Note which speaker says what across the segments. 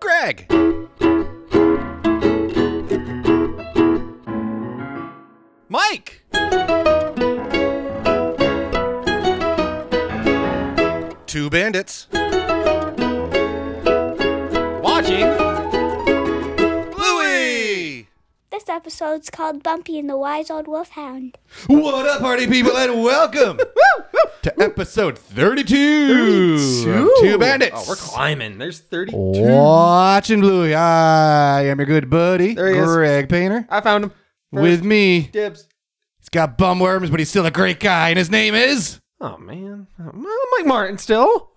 Speaker 1: Greg. Mike. Two bandits.
Speaker 2: Watching.
Speaker 1: Bluey.
Speaker 3: This episode's called Bumpy and the Wise Old Wolfhound.
Speaker 1: What up, party people, and welcome to episode 32. of Two bandits. Oh.
Speaker 2: Oh, we're climbing. There's 32.
Speaker 1: Watching Bluey. I am your good buddy,
Speaker 2: There he is.
Speaker 1: Greg Painter.
Speaker 2: I found him. First
Speaker 1: With me,
Speaker 2: dibs.
Speaker 1: he's got bum worms, but he's still a great guy, and his name is.
Speaker 2: Oh man, Uh, Mike Martin still.
Speaker 1: How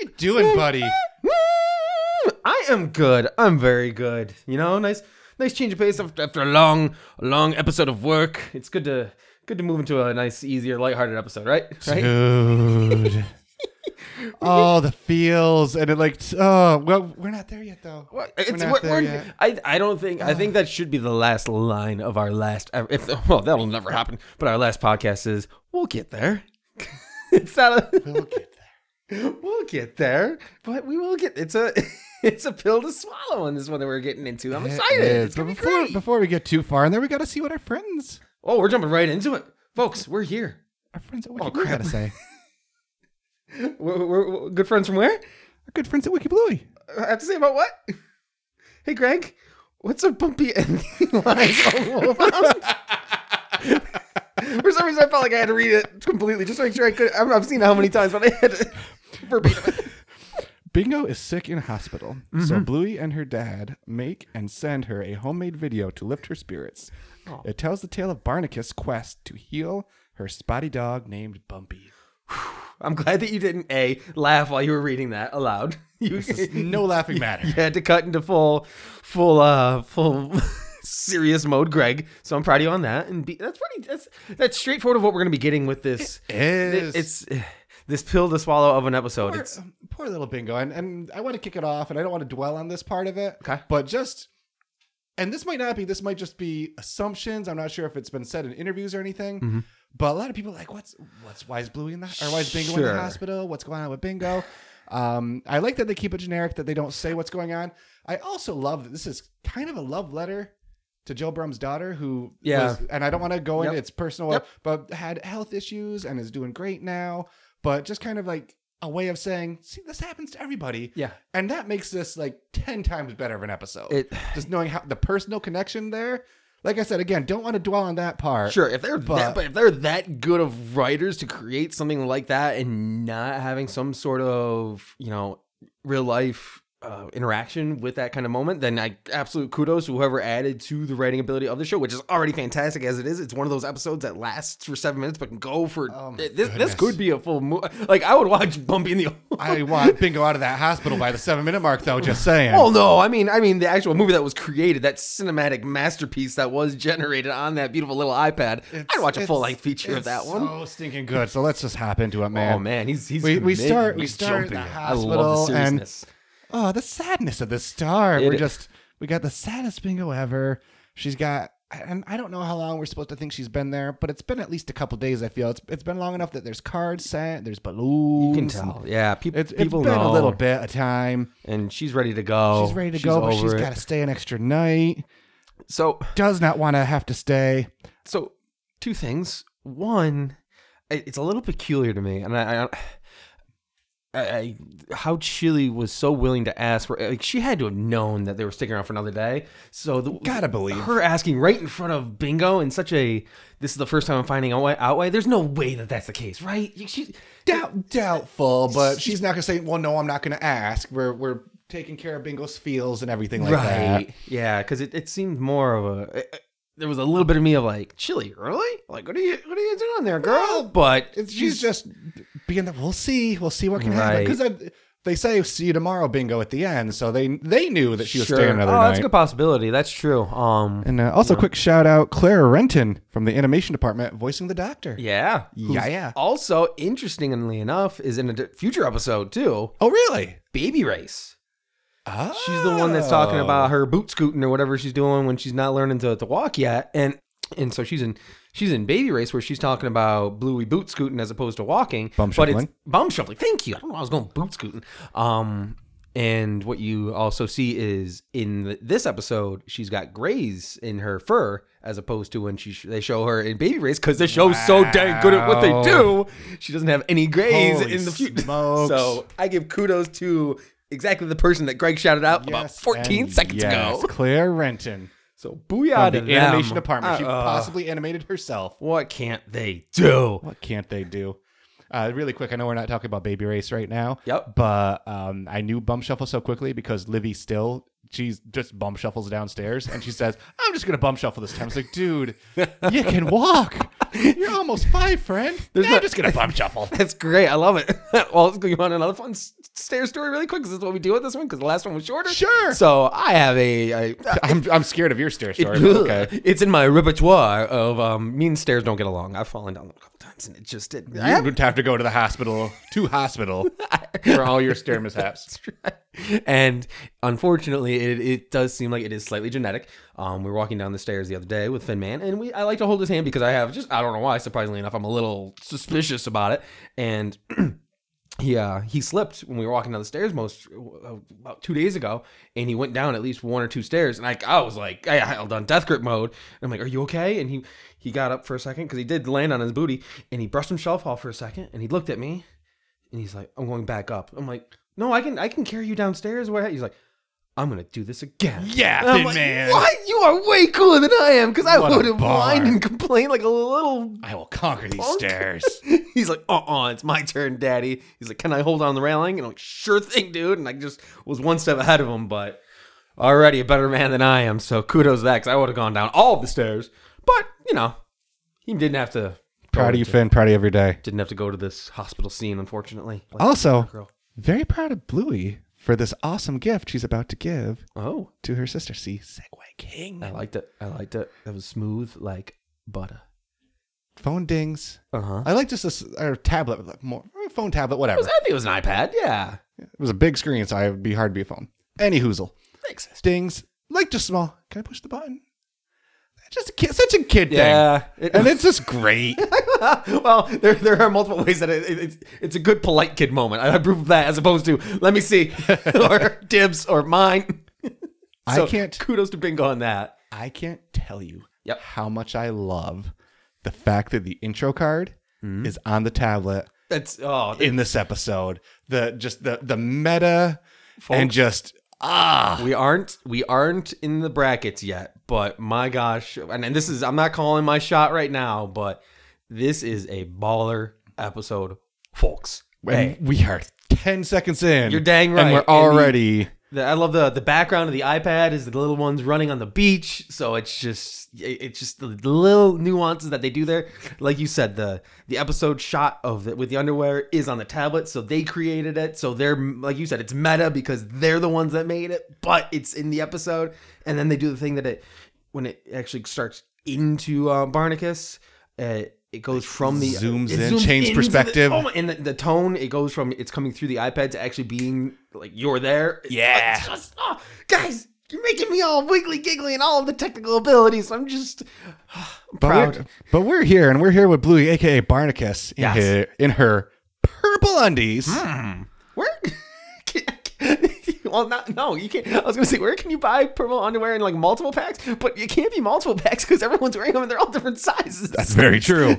Speaker 1: you doing, buddy?
Speaker 2: Mm, I am good. I'm very good. You know, nice, nice change of pace after, after a long, long episode of work. It's good to, good to move into a nice, easier, lighthearted episode, right? Right.
Speaker 1: Dude. oh, the feels, and it like. Oh, well, we're not there yet, though.
Speaker 2: Well, It's,
Speaker 1: not
Speaker 2: we're-
Speaker 1: there
Speaker 2: we're-
Speaker 1: yet.
Speaker 2: I, I don't think I think that should be the last line of our last ev- if well that'll never happen but our last podcast is we'll get there it's not a,
Speaker 1: We'll get there.
Speaker 2: we'll get there but we will get it's a it's a pill to swallow on this one that we're getting into I'm
Speaker 1: It
Speaker 2: excited
Speaker 1: is,
Speaker 2: it's gonna
Speaker 1: but
Speaker 2: be
Speaker 1: before,
Speaker 2: great
Speaker 1: before we get too far in there, we got to see what our friends,
Speaker 2: oh we're jumping right into it folks we're here
Speaker 1: our friends at Wiki
Speaker 2: Oh,
Speaker 1: Bluey
Speaker 2: crap.
Speaker 1: got to say.
Speaker 2: we're, we're, we're good friends from where
Speaker 1: Our good friends at Wiki Bluey.
Speaker 2: I have to say about what hey Greg what's a bumpy and lies all over For some reason, I felt like I had to read it completely just to make sure I could. I've, I've seen it how many times, but I had to verbatim.
Speaker 1: Bingo is sick in hospital, so Bluey and her dad make and send her a homemade video to lift her spirits. It tells the tale of Barnacus' quest to heal her spotty dog named Bumpy.
Speaker 2: I'm glad that you didn't a laugh while you were reading that aloud. You,
Speaker 1: It's no laughing matter.
Speaker 2: you had to cut into full, full, uh, full serious mode, Greg. So I'm proud of you on that. And be, that's pretty. That's that's straightforward of what we're gonna be getting with this.
Speaker 1: Is-
Speaker 2: It's this pill to swallow of an episode.
Speaker 1: poor,
Speaker 2: It's
Speaker 1: um, poor little bingo and, and i want to kick it off and i don't want to dwell on this part of it
Speaker 2: Okay.
Speaker 1: but just and this might not be this might just be assumptions i'm not sure if it's been said in interviews or anything
Speaker 2: Mm-hmm.
Speaker 1: but a lot of people are like what's what's why is bluey in the or why is bingo in
Speaker 2: Sure.
Speaker 1: the hospital what's going on with bingo um, I like that they keep it generic, that they don't say what's going on. I also love that this is kind of a love letter to Joe Brum's daughter, who
Speaker 2: Yeah.
Speaker 1: was- and I don't want to go into
Speaker 2: Yep.
Speaker 1: it's personal,
Speaker 2: Yep.
Speaker 1: but had health issues and is doing great now. But just kind of like a way of saying, see, this happens to everybody.
Speaker 2: yeah.
Speaker 1: And that makes this like 10 times better of an episode.
Speaker 2: It-
Speaker 1: just knowing how the personal connection there. Like I said, again, don't want to dwell on that part.
Speaker 2: Sure, if they're
Speaker 1: But-
Speaker 2: that, but if they're that good of writers to create something like that and not having some sort of you know real life uh, interaction with that kind of moment, then I absolute kudos to whoever added to the writing ability of the show, which is already fantastic as it is. It's one of those episodes that lasts for seven minutes but can go for
Speaker 1: Oh my
Speaker 2: this. This
Speaker 1: goodness.
Speaker 2: could be a full movie. Like I would watch Bumpy in the.
Speaker 1: I want Bingo out of that hospital by the seven minute mark, though, just saying.
Speaker 2: Oh no! I mean, I mean the actual movie that was created, that cinematic masterpiece that was generated on that beautiful little iPad. I'd watch a full length feature of that one.
Speaker 1: Oh, stinking good. So let's just hop into it, man.
Speaker 2: Oh man, he's he's
Speaker 1: We- we
Speaker 2: committed.
Speaker 1: start- we
Speaker 2: He's
Speaker 1: start at the
Speaker 2: jumping. I
Speaker 1: hospital
Speaker 2: love the
Speaker 1: and-
Speaker 2: seriousness.
Speaker 1: Oh, the sadness of this star.
Speaker 2: It
Speaker 1: we're
Speaker 2: is.
Speaker 1: just we got the saddest bingo ever. She's got and I don't know how long we're supposed to think she's been there, but it's been at least a couple days, I feel. It's it's been long enough that there's cards sent, there's balloons.
Speaker 2: You can tell, yeah. peop-
Speaker 1: It's, it's
Speaker 2: people
Speaker 1: been
Speaker 2: know,
Speaker 1: a little bit of time.
Speaker 2: and she's ready to go.
Speaker 1: She's ready to go, but she's
Speaker 2: over it.
Speaker 1: got to stay an extra night.
Speaker 2: So,
Speaker 1: Does not want to have to stay.
Speaker 2: so two things. One, i- it's a little peculiar to me, and I, I, I, I how Chili was so willing to ask for. Like, she had to have known that they were sticking around for another day. So, the,
Speaker 1: Gotta believe.
Speaker 2: her asking right in front of Bingo in such a. This is the first time I'm finding out why. Out why there's no way that that's the case, right? You- She,
Speaker 1: Doubt, doubtful, but she's not gonna say, "Well, no, I'm not gonna ask." We're we're taking care of Bingo's feels and everything like that.
Speaker 2: Yeah, because it, it seemed more of a. it- it- there was a little bit of me of like, Chili, really? Like, what are you what are you doing there, girl? But
Speaker 1: It's, she's just being that we'll see, we'll see what can
Speaker 2: Right.
Speaker 1: happen because they say see you tomorrow bingo at the end, so they they knew that she was
Speaker 2: Sure.
Speaker 1: staying another
Speaker 2: oh,
Speaker 1: night.
Speaker 2: that's a good possibility. That's true. Um,
Speaker 1: and uh, also, quick shout out Clara Renton from the animation department voicing the doctor.
Speaker 2: yeah, who's
Speaker 1: Yeah, yeah.
Speaker 2: Also, interestingly enough, is in a di- future episode too.
Speaker 1: Oh, really?
Speaker 2: Baby race.
Speaker 1: Oh.
Speaker 2: She's the one that's talking about her boot scooting or whatever she's doing when she's not learning to, to walk yet. And and so she's in she's in baby race where she's talking about Bluey boot scooting as opposed to walking.
Speaker 1: Bum
Speaker 2: but it's
Speaker 1: shuffling.
Speaker 2: bum shuffling. Thank you. I don't know. why I was going boot scooting. Um, And what you also see is in th- this episode, she's got grays in her fur, as opposed to when she sh- they show her in Baby Race, because the show's so dang good at what they
Speaker 1: Wow.
Speaker 2: do. She doesn't have any grays
Speaker 1: Holy
Speaker 2: in the future.
Speaker 1: smokes.
Speaker 2: So I give kudos to exactly the person that Greg shouted out about
Speaker 1: Yes
Speaker 2: 14
Speaker 1: and
Speaker 2: seconds
Speaker 1: yes.
Speaker 2: ago.
Speaker 1: Claire Renton
Speaker 2: So booyah
Speaker 1: of
Speaker 2: to
Speaker 1: the
Speaker 2: them.
Speaker 1: animation department. she
Speaker 2: Uh-uh.
Speaker 1: possibly animated herself.
Speaker 2: what can't they do?
Speaker 1: What can't they do? Uh, really quick, I know we're not talking about Baby Race right now.
Speaker 2: Yep.
Speaker 1: But um, I knew Bum Shuffle so quickly because Livy still, she's just bum shuffles downstairs and she says, I'm just going to bum shuffle this time. I was like, dude, you can walk. You're almost five, friend. "Nah,
Speaker 2: not-
Speaker 1: I'm just going to bum shuffle.
Speaker 2: That's great. I love it. well, you want another fun s- stair story really quick? Because that's what we do with this one. Because the last one was shorter.
Speaker 1: Sure.
Speaker 2: So I have a. I,
Speaker 1: I'm, I'm scared of your stair
Speaker 2: it-
Speaker 1: story. but okay.
Speaker 2: It's in my repertoire of um, mean stairs don't get along. I've fallen down a couple times and it just didn't. I
Speaker 1: You
Speaker 2: have-
Speaker 1: would have to go to the hospital, to hospital, for all your stair mishaps.
Speaker 2: and unfortunately, it, it does seem like it is slightly genetic. Um, we were walking down the stairs the other day with Finn Man, and we I like to hold his hand because I have just I don't know why. Surprisingly enough, I'm a little suspicious about it, and. he uh, he slipped when we were walking down the stairs most uh, about two days ago, and he went down at least one or two stairs, and I, I was like I held on death grip mode. And I'm like, "Are you okay?" And he he got up for a second because he did land on his booty, and he brushed himself off for a second, and he looked at me, and he's like, "I'm going back up." I'm like, "No, I can I can carry you downstairs." Where he's like, "I'm gonna do this again."
Speaker 1: Yeah,
Speaker 2: And I'm
Speaker 1: Thin
Speaker 2: like,
Speaker 1: Man.
Speaker 2: What? You are way cooler than I am because I
Speaker 1: What a
Speaker 2: would have
Speaker 1: bar.
Speaker 2: whined and complained like a little
Speaker 1: I will conquer these
Speaker 2: Punk.
Speaker 1: stairs.
Speaker 2: He's like, uh uh it's my turn, daddy. He's like, can I hold on the railing? And I'm like, sure thing, dude. And I just was one step ahead of him, but already a better man than I am. So kudos to that, because I would have gone down all of the stairs. But, you know, he didn't have to.
Speaker 1: Proud of you, Finn. Proud of you every day.
Speaker 2: Didn't have to go to this hospital scene, unfortunately. Like,
Speaker 1: Also,
Speaker 2: girl.
Speaker 1: very proud of Bluey for this awesome gift she's about to give
Speaker 2: oh, Mm.
Speaker 1: to her sister. See, Segway King.
Speaker 2: I liked it. I liked it. It was smooth like butter.
Speaker 1: Phone dings.
Speaker 2: Uh huh.
Speaker 1: I like just this or tablet, like, more phone tablet, whatever.
Speaker 2: I think it was an iPad. Yeah.
Speaker 1: It was a big screen, so it would be hard to be a phone. Any hoozle.
Speaker 2: Makes sense.
Speaker 1: Dings. Like just small. Can I push the button? Just a kid, such a kid
Speaker 2: Yeah.
Speaker 1: thing. And it's just great.
Speaker 2: well, there, there are multiple ways that it, it, it's, it's a good polite kid moment. I approve of that as opposed to let me see or dibs or mine.
Speaker 1: I
Speaker 2: So,
Speaker 1: can't
Speaker 2: Kudos to Bingo on that.
Speaker 1: I can't tell you
Speaker 2: Yep.
Speaker 1: how much I love the fact that the intro card
Speaker 2: Mm-hmm.
Speaker 1: is on the tablet
Speaker 2: That's oh
Speaker 1: in this episode. The just the the meta and
Speaker 2: Folks.
Speaker 1: just ah
Speaker 2: We aren't we aren't in the brackets yet, but my gosh, and, and this is I'm not calling my shot right now, but this is a baller episode, folks.
Speaker 1: and
Speaker 2: Hey,
Speaker 1: we are ten seconds in.
Speaker 2: You're dang
Speaker 1: And
Speaker 2: right.
Speaker 1: we're
Speaker 2: And the-
Speaker 1: already
Speaker 2: the, I love the the background of the iPad is the little ones running on the beach, so it's just it- it's just the, the little nuances that they do there. Like you said, the the episode shot of the, with the underwear is on the tablet, so they created it. So they're like you said, it's meta because they're the ones that made it, but it's in the episode. And then they do the thing that it when it actually starts into uh, Barnacus. Uh, it goes from the
Speaker 1: Zooms
Speaker 2: it
Speaker 1: in, change
Speaker 2: into the-
Speaker 1: perspective.
Speaker 2: oh my- and the, the tone it goes from it's coming through the iPad to actually being like you're there.
Speaker 1: Yeah.
Speaker 2: It's just- oh, guys, you're making me all wiggly giggly and all of the technical abilities. I'm just I'm
Speaker 1: but
Speaker 2: proud.
Speaker 1: We're, but we're here and we're here with Bluey, aka Barnacus, in
Speaker 2: Yes. Hmm.
Speaker 1: her in her purple undies.
Speaker 2: Where? well, not no. You can't. I was gonna say where can you buy purple underwear in like multiple packs, but it can't be multiple packs because everyone's wearing them and they're all different sizes.
Speaker 1: That's very true.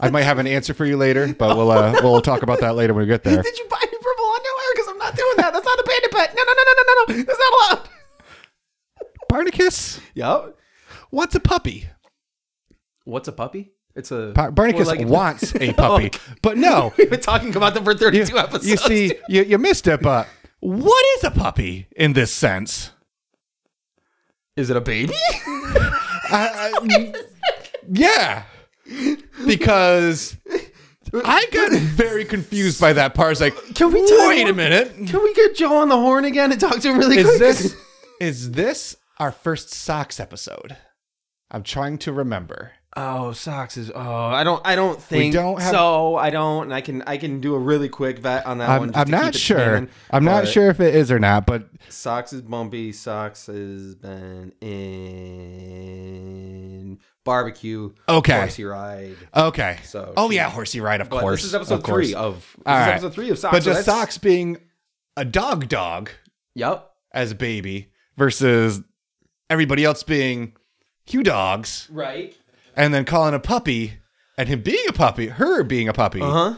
Speaker 1: I might have an answer for you later, but we'll uh, we'll talk about that later when we get there.
Speaker 2: Did you buy any purple underwear? Because I'm not doing that. That's not a bandit pet. No, no, no, no, no, no. That's not allowed.
Speaker 1: Barnacus
Speaker 2: Yup.
Speaker 1: wants a puppy.
Speaker 2: What's a puppy? It's a
Speaker 1: Pa- Barnacus
Speaker 2: four-legged-
Speaker 1: wants a puppy, but no.
Speaker 2: We've been talking about them for 32
Speaker 1: You,
Speaker 2: Oh, episodes.
Speaker 1: you see, you, you missed it. But what is a puppy in this sense?
Speaker 2: is it a baby?
Speaker 1: I, I, yeah, because I got very confused by that part. I was like,
Speaker 2: Can we talk
Speaker 1: wait
Speaker 2: more-
Speaker 1: a minute?
Speaker 2: Can we get Joe on the horn again and talk to him really
Speaker 1: Is
Speaker 2: quick?
Speaker 1: this is this our first socks episode? I'm trying to remember.
Speaker 2: Oh, socks is. Oh, I don't. I don't think
Speaker 1: don't have-
Speaker 2: so. I don't. And I can. I can do a really quick vet on that one.
Speaker 1: I'm,
Speaker 2: just
Speaker 1: I'm
Speaker 2: to
Speaker 1: not
Speaker 2: keep it
Speaker 1: sure.
Speaker 2: canon,
Speaker 1: I'm not
Speaker 2: but
Speaker 1: sure if it is or not, but
Speaker 2: Socks is bumpy. Socks has been in barbecue.
Speaker 1: Okay.
Speaker 2: Horsey ride.
Speaker 1: okay.
Speaker 2: So
Speaker 1: oh
Speaker 2: she-
Speaker 1: yeah, horsey ride, of
Speaker 2: But
Speaker 1: course.
Speaker 2: this is episode uh,
Speaker 1: of course.
Speaker 2: three of. This
Speaker 1: All
Speaker 2: is
Speaker 1: right.
Speaker 2: episode three of socks.
Speaker 1: But
Speaker 2: so
Speaker 1: just
Speaker 2: that's-
Speaker 1: socks being a dog dog
Speaker 2: Yep.
Speaker 1: as a baby versus everybody else being Hugh dogs
Speaker 2: Right.
Speaker 1: and then calling a puppy and him being a puppy, her being a puppy.
Speaker 2: Uh huh.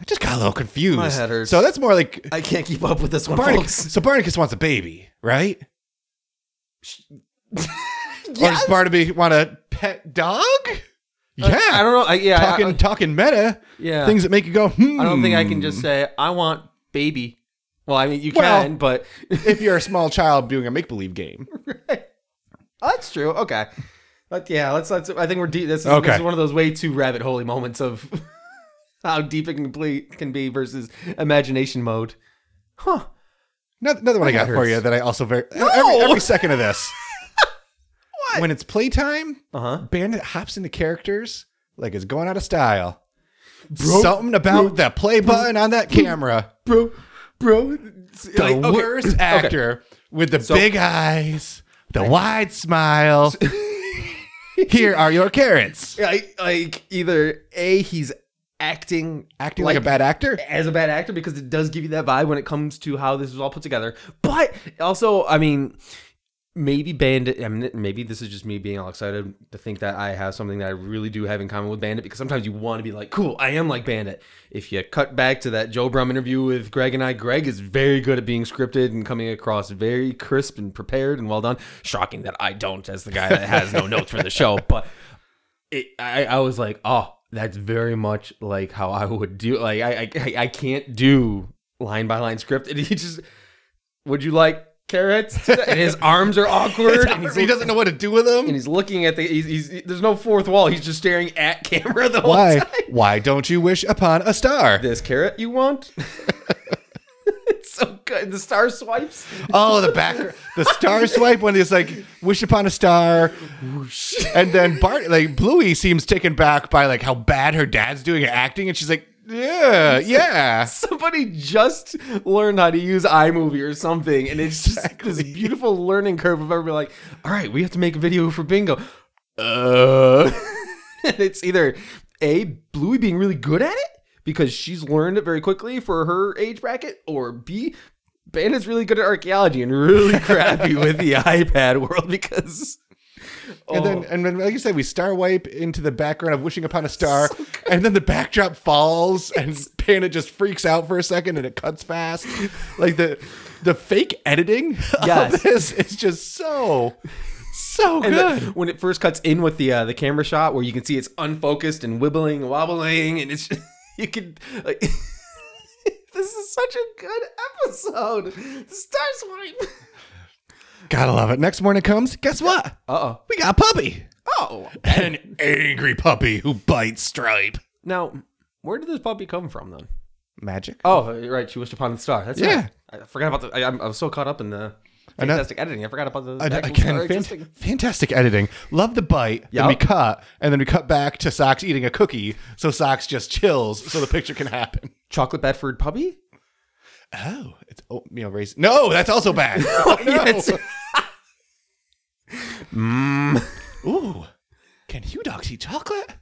Speaker 1: I just got a little confused.
Speaker 2: My head hurts.
Speaker 1: So that's more like
Speaker 2: I can't keep up with this one,
Speaker 1: Barnacus.
Speaker 2: folks.
Speaker 1: So Barnacus wants a baby, right? Or does
Speaker 2: Yes.
Speaker 1: Barnaby want a pet dog? Yeah.
Speaker 2: I don't know. I, yeah. I-
Speaker 1: talking
Speaker 2: I,
Speaker 1: talking meta
Speaker 2: yeah.
Speaker 1: things that make you go. Hmm.
Speaker 2: I don't think I can just say I want baby. Well, oh, I mean you
Speaker 1: Well-
Speaker 2: can, but
Speaker 1: if you're a small child doing a make believe game.
Speaker 2: that's true. Okay. But yeah, let's let's. I think we're deep. This is, this
Speaker 1: Okay.
Speaker 2: is one of those way too rabbit holy moments of how deep it can ble- can be versus imagination mode. Huh.
Speaker 1: Another, another one I
Speaker 2: My
Speaker 1: got
Speaker 2: head
Speaker 1: for
Speaker 2: hurts.
Speaker 1: you that I also very
Speaker 2: No!
Speaker 1: every, every second of this.
Speaker 2: What?
Speaker 1: When it's playtime,
Speaker 2: Uh huh.
Speaker 1: Bandit hops into characters like it's going out of style.
Speaker 2: Bro,
Speaker 1: Something about the play button on that camera.
Speaker 2: Bro, bro. it's
Speaker 1: The
Speaker 2: like, okay.
Speaker 1: worst actor with the
Speaker 2: So-
Speaker 1: big eyes, the wide smile. Here are your carrots.
Speaker 2: Like, like either a he's acting
Speaker 1: Acting like, a bad actor.
Speaker 2: as a bad actor because it does give you that vibe when it comes to how this was all put together. But also, I mean, maybe Bandit. I mean, maybe this is just me being all excited to think that I have something that I really do have in common with Bandit because sometimes you want to be like, cool, I am like Bandit. If you cut back to that Joe Brum interview with Greg and I, Greg is very good at being scripted and coming across very crisp and prepared and well done. Shocking that I don't, as the guy that has no notes for the show, but it, I, I was like, oh, that's very much like how I would do. Like, I, I, I can't do line by line script. And he just, would you like carrots? today?" And his arms are awkward. and he's,
Speaker 1: he doesn't know what to do with them.
Speaker 2: And he's looking at the. He's, he's there's no fourth wall. He's just staring at camera the whole
Speaker 1: Why?
Speaker 2: time.
Speaker 1: Why don't you wish upon a star?
Speaker 2: This carrot you want? it's so good. The star swipes.
Speaker 1: Oh, the back, the star swipe when he's like, wish upon a star. And then Bart, like, Bluey seems taken back by like how bad her dad's doing at acting. And she's like, yeah, yeah.
Speaker 2: Somebody just learned how to use iMovie or something, and it's just this beautiful learning curve of everybody like, all right, we have to make a video for bingo. Uh, and it's either A, Bluey being really good at it because she's learned it very quickly for her age bracket, or B, Bandit's really good at archaeology and really crappy with the iPad world because.
Speaker 1: And then,
Speaker 2: Oh.
Speaker 1: and then, like you said, we star wipe into the background of wishing upon a star. and then the backdrop falls and Panda just freaks out for a second and it cuts fast. Like the, the fake editing
Speaker 2: Yes.
Speaker 1: of this is just so, so
Speaker 2: And
Speaker 1: good.
Speaker 2: the- when it first cuts in with the uh, the camera shot, where you can see it's unfocused and wibbling and wobbling, and it's you can like this is such a good episode. The star swipe.
Speaker 1: Gotta love it. Next morning comes, guess what?
Speaker 2: Uh
Speaker 1: We got a puppy.
Speaker 2: oh. Oh.
Speaker 1: An angry puppy who bites Stripe.
Speaker 2: Now, where did this puppy come from then?
Speaker 1: Magic.
Speaker 2: Oh, right. She wished upon the star. That's
Speaker 1: Yeah.
Speaker 2: right. I forgot about the. I, I'm- I was so caught up in the
Speaker 1: Another-
Speaker 2: fantastic editing. I forgot about the.
Speaker 1: Oh, And again,
Speaker 2: actual star
Speaker 1: fan-
Speaker 2: existing.
Speaker 1: fantastic editing. Love the bite. Then we
Speaker 2: Yup.
Speaker 1: cut, and then we cut back to Socks eating a cookie. So Socks just chills, so the picture can happen.
Speaker 2: Chocolate Bedford puppy.
Speaker 1: Oh, it's oatmeal raisin. No, that's also bad. Oh,
Speaker 2: Yes.
Speaker 1: no. Ooh, can Hugh dogs eat chocolate?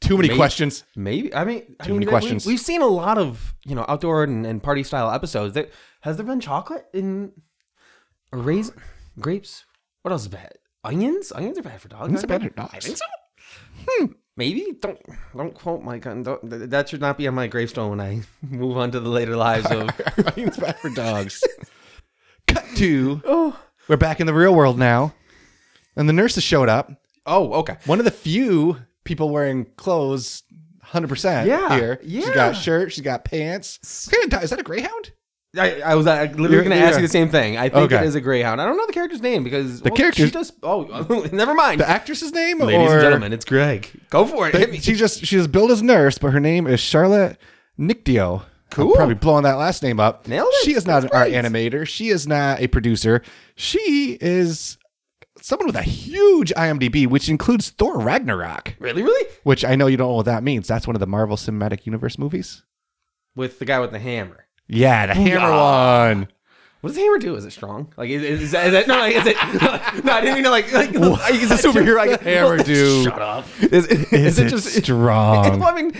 Speaker 1: Too many
Speaker 2: Maybe.
Speaker 1: questions.
Speaker 2: Maybe I mean I
Speaker 1: Too
Speaker 2: mean,
Speaker 1: many
Speaker 2: we-
Speaker 1: questions.
Speaker 2: We've seen a lot of you know outdoor and, and party style episodes. There has there been chocolate in a raisin, grapes. What else is bad? Onions. Onions are bad for dogs.
Speaker 1: Onions
Speaker 2: aren't
Speaker 1: are bad for dogs.
Speaker 2: they? I think so. Maybe don't don't quote my gun. Don't, th- that should not be on my gravestone when I move on to the later lives of.
Speaker 1: Onions bad for dogs. cut to.
Speaker 2: oh
Speaker 1: We're back in the real world now, and the nurses showed up.
Speaker 2: oh okay.
Speaker 1: one of the few people wearing clothes 100%
Speaker 2: Yeah,
Speaker 1: here. She's
Speaker 2: yeah.
Speaker 1: got shirt, she's got pants. What kind of dog- Is that a greyhound?
Speaker 2: I, I was uh, literally
Speaker 1: You're-
Speaker 2: going to ask
Speaker 1: yeah.
Speaker 2: you the same thing. I think
Speaker 1: Okay.
Speaker 2: it is a greyhound. I don't know the character's name because the
Speaker 1: character's-
Speaker 2: She does. Oh, never mind.
Speaker 1: The actress's name?
Speaker 2: Ladies
Speaker 1: or-
Speaker 2: and gentlemen, it's Greg. Go for it. Hit me.
Speaker 1: She just she was billed as nurse, but her name is Charlotte Nictio.
Speaker 2: Cool.
Speaker 1: I'm probably blowing that last name up.
Speaker 2: Nailed it.
Speaker 1: She is not
Speaker 2: That's
Speaker 1: an art
Speaker 2: great.
Speaker 1: animator. She is not a producer. She is someone with a huge IMDb, which includes Thor Ragnarok,
Speaker 2: Really, really?
Speaker 1: which I know you don't know what that means. That's one of the Marvel Cinematic Universe movies.
Speaker 2: With the guy with the hammer.
Speaker 1: Yeah, the hammer one.
Speaker 2: What does the hammer do? Is it strong? Like is, is, that, is that no? Like, is it no? I didn't mean to like like. He's a superhero. I can,
Speaker 1: hammer do?
Speaker 2: Shut up. Is, it-
Speaker 1: Is,
Speaker 2: is
Speaker 1: it, strong?
Speaker 2: Well, I mean,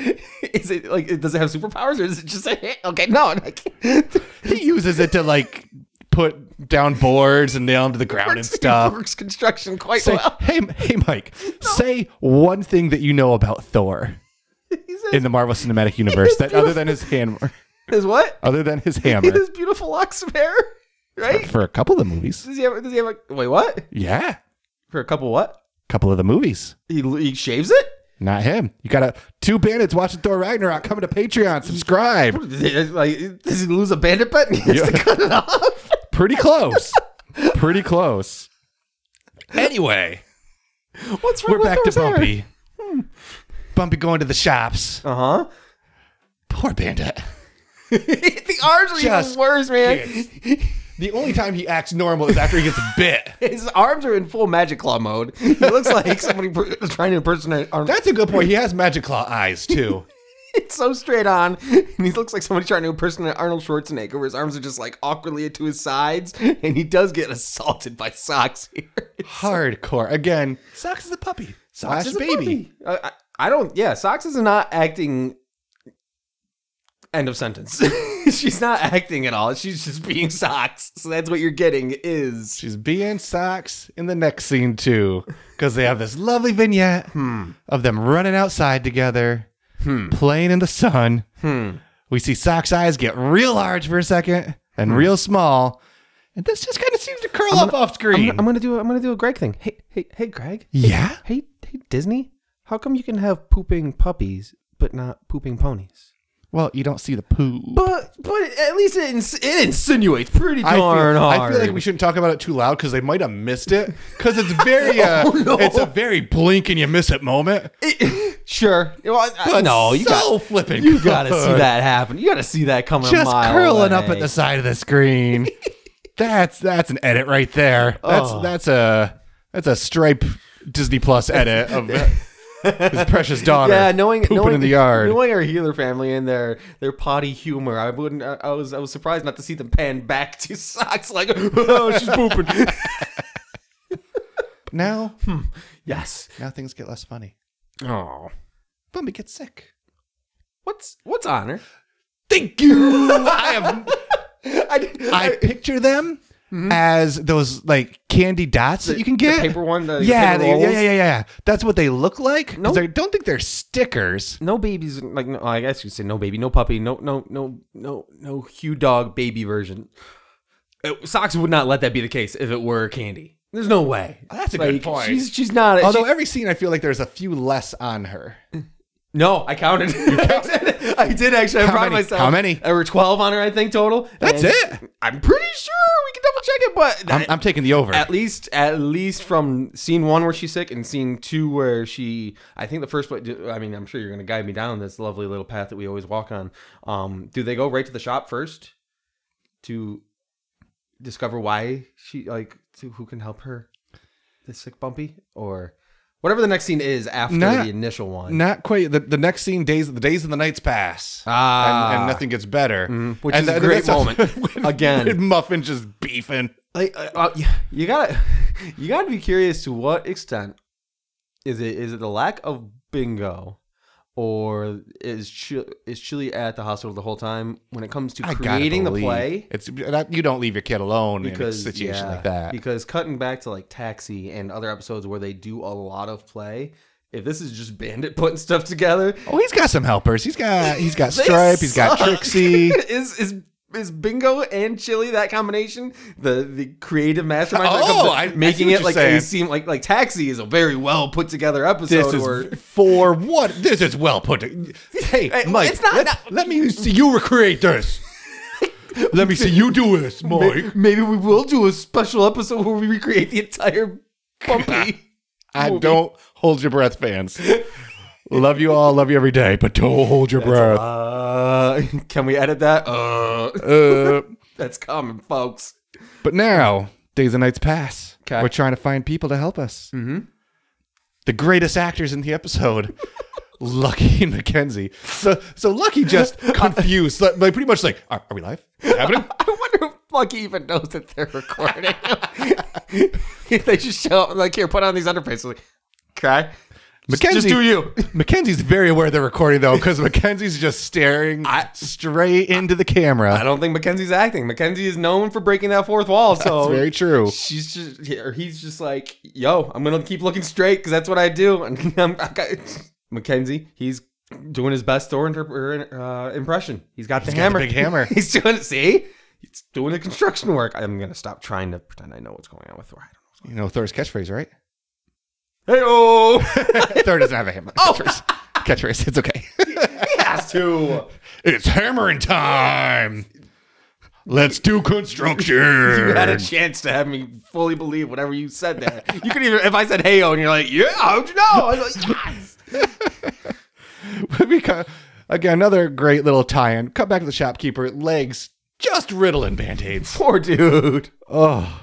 Speaker 2: is it like? Does it have superpowers or is it just a hit? Okay, no. I can't.
Speaker 1: he uses it to like put down boards and nail them to the ground and
Speaker 2: Works-
Speaker 1: stuff.
Speaker 2: Works construction quite
Speaker 1: Say,
Speaker 2: well.
Speaker 1: hey, hey, Mike, say one thing that you know about Thor
Speaker 2: He says,
Speaker 1: in the Marvel Cinematic Universe that other
Speaker 2: beautiful.
Speaker 1: than his hammer,
Speaker 2: his what?
Speaker 1: other than his hammer,
Speaker 2: His beautiful locks of hair, right?
Speaker 1: for a couple of the movies.
Speaker 2: Does he have? Does he have? A, wait, what?
Speaker 1: Yeah,
Speaker 2: For a couple what?
Speaker 1: couple of the movies.
Speaker 2: He he shaves it.
Speaker 1: Not him. You got to two bandits watching Thor Ragnarok. Coming to Patreon. Subscribe.
Speaker 2: Does he, like, does he lose a bandit button? He has to cut it off.
Speaker 1: Pretty close. Pretty close. Anyway,
Speaker 2: What's wrong
Speaker 1: we're back to
Speaker 2: with
Speaker 1: Bumpy. Bumpy going to the shops.
Speaker 2: Uh huh.
Speaker 1: Poor Bandit.
Speaker 2: the arms are
Speaker 1: Just
Speaker 2: even worse, man.
Speaker 1: The only time he acts normal is after he gets bit.
Speaker 2: His arms are in full magic claw mode. He looks like somebody per- trying to impersonate. Arm.
Speaker 1: That's a good point. He has magic claw eyes too.
Speaker 2: It's so straight on. And he looks like somebody trying to impersonate Arnold Schwarzenegger, where his arms are just like awkwardly to his sides. And he does get assaulted by socks here.
Speaker 1: Hardcore. Again, Socks is a puppy. Socks
Speaker 2: is
Speaker 1: is
Speaker 2: a
Speaker 1: baby.
Speaker 2: puppy. I, I, I don't. Yeah, Sox is not acting. End of sentence. She's not acting at all. She's just being Sox. So that's what you're getting is.
Speaker 1: She's being Socks in the next scene too, because they have this lovely vignette of them running outside together, playing in the sun. We see Socks' eyes get real large for a second and real small, and this just kind of seems to curl up off
Speaker 2: I'm,
Speaker 1: screen.
Speaker 2: gonna- I'm gonna do. a- I'm gonna do a Greg thing. Hey, hey, hey, Greg.
Speaker 1: yeah.
Speaker 2: Hey, hey, Disney. How come you can have pooping puppies but not pooping ponies?
Speaker 1: Well, you don't see the poo.
Speaker 2: But but at least it, ins- it insinuates pretty
Speaker 1: I feel-
Speaker 2: darn
Speaker 1: I
Speaker 2: hard.
Speaker 1: feel, like we shouldn't talk about it too loud because they might have missed it. Because it's very, uh,
Speaker 2: Oh, no.
Speaker 1: it's a very blink and you miss it moment.
Speaker 2: It- sure. Well, I- I-
Speaker 1: But
Speaker 2: no, you
Speaker 1: so
Speaker 2: got
Speaker 1: flipping.
Speaker 2: you gotta see
Speaker 1: good.
Speaker 2: that happen. You gotta see that coming. a
Speaker 1: Just
Speaker 2: mile
Speaker 1: curling
Speaker 2: away.
Speaker 1: up at the side of the screen. that's that's an edit right there. That's
Speaker 2: Oh.
Speaker 1: that's a that's a stripe Disney Plus edit of his precious daughter.
Speaker 2: Yeah, knowing
Speaker 1: pooping
Speaker 2: knowing
Speaker 1: in the yard.
Speaker 2: knowing our healer family and their their potty humor, I wouldn't. I, I was I was surprised not to see them pan back to socks like, oh, she's pooping.
Speaker 1: now
Speaker 2: yes.
Speaker 1: now things get less funny.
Speaker 2: Oh,
Speaker 1: Bumby gets sick.
Speaker 2: what's what's honor?
Speaker 1: Thank you. I have
Speaker 2: I, did-
Speaker 1: I picture them as those like candy dots that you can get.
Speaker 2: Mm-hmm. the paper one. Uh, The
Speaker 1: yeah,
Speaker 2: paper
Speaker 1: they- yeah,
Speaker 2: rolls?
Speaker 1: yeah, yeah, yeah. That's what they look like.
Speaker 2: No.
Speaker 1: No, I don't think they're stickers.
Speaker 2: No babies, like no, I guess you say no baby, no puppy, no no no no no Hugh dog baby version. Uh, Socks would not let that be the case if it were candy. There's no way.
Speaker 1: Oh, That's a good
Speaker 2: Like,
Speaker 1: point.
Speaker 2: She's she's not.
Speaker 1: Although
Speaker 2: she-
Speaker 1: every scene, I feel like there's a few less on her.
Speaker 2: No, I counted. I did actually. I
Speaker 1: How
Speaker 2: proud of
Speaker 1: many?
Speaker 2: myself.
Speaker 1: How many?
Speaker 2: There were twelve on her, I think, total.
Speaker 1: That's
Speaker 2: And
Speaker 1: it.
Speaker 2: I'm pretty sure we can double check it, but
Speaker 1: I'm, I'm taking the over.
Speaker 2: at least, at least from scene one where she's sick and scene two where she, I think the first. pla- I mean, I'm sure you're going to guide me down this lovely little path that we always walk on. Um, do they go right to the shop first to discover why she like to, who can help her? The sick bumpy or whatever the next scene is after
Speaker 1: Not-
Speaker 2: the initial one.
Speaker 1: Not quite. The, the next scene, days the days and the nights pass,
Speaker 2: Ah. Mm-hmm.
Speaker 1: and, and nothing gets better.
Speaker 2: Which
Speaker 1: and
Speaker 2: is a
Speaker 1: that-
Speaker 2: great
Speaker 1: that's how-
Speaker 2: moment.
Speaker 1: when-
Speaker 2: Again.
Speaker 1: when Muffin just beefing.
Speaker 2: like uh, uh, y- you gotta you gotta be curious to what extent is it is it the lack of bingo or is Chi- is Chili at the hospital the whole time when it comes to
Speaker 1: I gotta
Speaker 2: creating the
Speaker 1: believe
Speaker 2: play
Speaker 1: It's that, you don't leave your kid alone
Speaker 2: because
Speaker 1: in a situation
Speaker 2: yeah,
Speaker 1: like that.
Speaker 2: because cutting back to like Taxi and other episodes where they do a lot of play if this is just Bandit putting stuff together
Speaker 1: oh, he's got some helpers. He's got he's got
Speaker 2: they
Speaker 1: Stripe. He's got
Speaker 2: suck.
Speaker 1: Trixie.
Speaker 2: is is is Bingo and Chili that combination the the creative mastermind? that
Speaker 1: Oh,
Speaker 2: comes to
Speaker 1: I- I see
Speaker 2: making
Speaker 1: what
Speaker 2: it
Speaker 1: you're
Speaker 2: like
Speaker 1: saying.
Speaker 2: a seem like like Taxi is a very well put together episode.
Speaker 1: This
Speaker 2: or,
Speaker 1: is for what? This is well put. to- Hey,
Speaker 2: Hey,
Speaker 1: Mike,
Speaker 2: it's not-
Speaker 1: let,
Speaker 2: not-
Speaker 1: let me see you recreate this. let me see you do this, Mike.
Speaker 2: May- maybe we will do a special episode where we recreate the entire bumpy.
Speaker 1: I don't hold your breath, fans. love you all. Love you every day, but don't hold your breath.
Speaker 2: uh, can we edit that? Uh,
Speaker 1: Uh,
Speaker 2: that's common, folks.
Speaker 1: but now days and nights pass.
Speaker 2: 'Kay.
Speaker 1: We're trying to find people to help us. Mm-hmm. The greatest actors in the episode. Lucky and Mackenzie. So, so Lucky just confused, like like, pretty much like, are, are we live? Is it happening?
Speaker 2: I wonder if Lucky even knows that they're recording. they just show up like, here, put on these underpants. Like, okay.
Speaker 1: Mackenzie,
Speaker 2: Just do you.
Speaker 1: Mackenzie's very aware they're recording though, because Mackenzie's just staring
Speaker 2: I-
Speaker 1: straight into the camera.
Speaker 2: I don't think Mackenzie's acting. Mackenzie is known for breaking that fourth wall. So
Speaker 1: That's very true.
Speaker 2: she's just or he's just like yo i'm gonna keep looking straight because that's what i do and i'm I got, mackenzie he's doing his best thor interp- or, uh, impression he's got the
Speaker 1: He's got the
Speaker 2: hammer
Speaker 1: big hammer.
Speaker 2: he's doing see he's doing the construction work i'm gonna stop trying to pretend i know what's going on with thor
Speaker 1: You know Thor's catchphrase, right?
Speaker 2: hey oh
Speaker 1: Thor doesn't have a hammer.
Speaker 2: Oh.
Speaker 1: Catchphrase. catchphrase. It's okay.
Speaker 2: he has to
Speaker 1: it's hammering time. Let's do construction.
Speaker 2: you had a chance to have me fully believe whatever you said there you could even if i said hey oh and you're like yeah how'd you know i was like yes
Speaker 1: we cut, again, another great little tie-in. Cut back to the shopkeeper. Legs just riddling band-aids.
Speaker 2: poor dude
Speaker 1: Oh,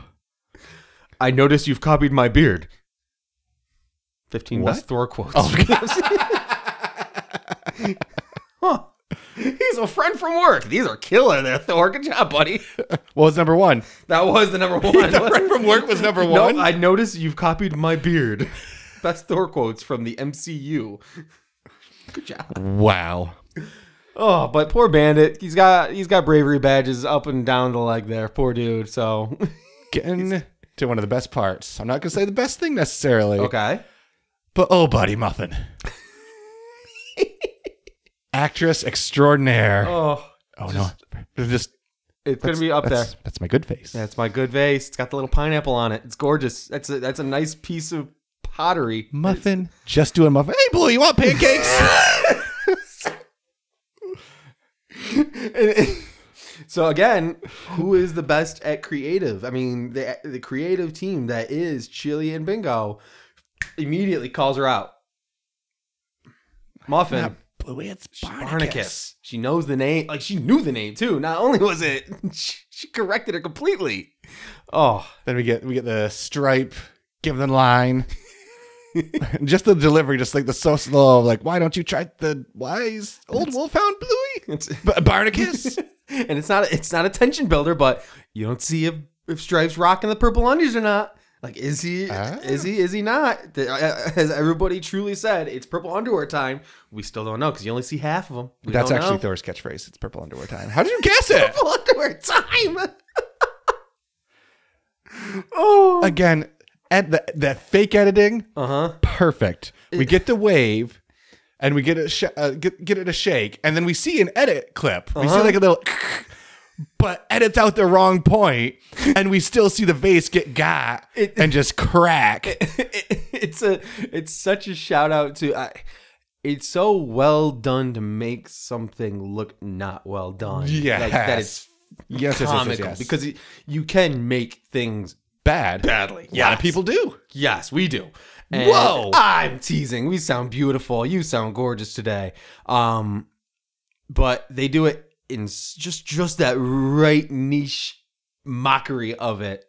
Speaker 2: I noticed you've copied my beard. 15 best Thor quotes. huh. He's a friend from work. These are killer there, Thor. Good job, buddy.
Speaker 1: what was number one?
Speaker 2: That was the number one.
Speaker 1: Friend from work was number
Speaker 2: no,
Speaker 1: one.
Speaker 2: I noticed you've copied my beard. Best Thor quotes from the MCU. Good job.
Speaker 1: wow.
Speaker 2: Oh, but poor Bandit. He's got he's got bravery badges up and down the leg there. Poor dude. So
Speaker 1: Getting to one of the best parts. I'm not gonna say the best thing necessarily,
Speaker 2: okay.
Speaker 1: but oh, buddy muffin. Actress extraordinaire. Oh,
Speaker 2: Oh,
Speaker 1: no, They're just
Speaker 2: it's gonna be up there.
Speaker 1: that's, That's my good face.
Speaker 2: That's my good vase. It's got the little pineapple on it. It's gorgeous. That's a that's a nice piece of pottery.
Speaker 1: muffin, just doing muffin. Hey, Blue, you want pancakes?
Speaker 2: so again, who is the best at creative? I mean, the the creative team that is Chili and Bingo immediately calls her out. Muffin.
Speaker 1: Not Bluey, it's Barnacus.
Speaker 2: Barnacus. She knows the name. Like she knew the name too. Not only was it she, she corrected her completely. Oh,
Speaker 1: Then we get we get the stripe, give them the line. just the delivery, just like the so slow. Like, why don't you try the why is old wolfhound Bluey?
Speaker 2: it's
Speaker 1: B- Barnacus.
Speaker 2: and it's not it's not a tension builder, but you don't see if if Stripes rocking the purple undies or not. Like, is he?
Speaker 1: Ah.
Speaker 2: Is he? Is he not? The- uh, As everybody truly said, it's purple underwear time. We still don't know because you only see half of them. We
Speaker 1: That's
Speaker 2: don't
Speaker 1: actually
Speaker 2: know.
Speaker 1: Thor's catchphrase. It's purple underwear time. How did you guess it?
Speaker 2: purple underwear time. oh.
Speaker 1: Again, at the that fake editing,
Speaker 2: Uh huh.
Speaker 1: perfect. We get the wave, and we get it sh- uh, get get it a shake, and then we see an edit clip. We see
Speaker 2: Uh-huh.
Speaker 1: like a little, but edits out the wrong point, and we still see the vase get got
Speaker 2: It-
Speaker 1: and just crack.
Speaker 2: it's a it's such a shout out to I, it's so well done to make something look not well done like, that it's
Speaker 1: Yes. Yes, yes, yes, yes,
Speaker 2: comical
Speaker 1: yes.
Speaker 2: because y- you can make things
Speaker 1: bad.
Speaker 2: badly
Speaker 1: A lot of people do.
Speaker 2: yes we do
Speaker 1: Whoa.
Speaker 2: i'm teasing we sound beautiful you sound gorgeous today um but they do it in s- just just that right niche mockery of it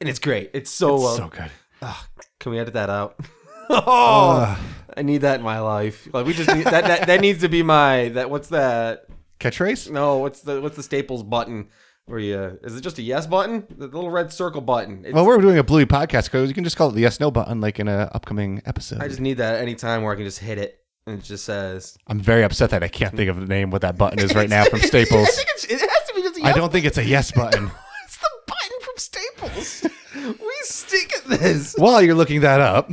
Speaker 2: and it's great it's so Oh, well
Speaker 1: so good.
Speaker 2: Ugh, can we edit that out? oh,
Speaker 1: Ugh.
Speaker 2: I need that in my life. Like we just need, that, that that needs to be my that what's that?
Speaker 1: Catchphrase?
Speaker 2: No, what's the what's the Staples button? Where you is it just a yes button? The little red circle button. It's,
Speaker 1: Well, we're doing a Bluey podcast code. You can just call it the yes no button, like in an upcoming episode.
Speaker 2: I just need that any time where I can just hit it and it just says
Speaker 1: I'm very upset that I can't think of the name what that button is right now from Staples.
Speaker 2: I think it's, it has to be just a yes.
Speaker 1: I don't think it's a yes button.
Speaker 2: It's the button from Staples. we stick at this.
Speaker 1: While you're looking that up,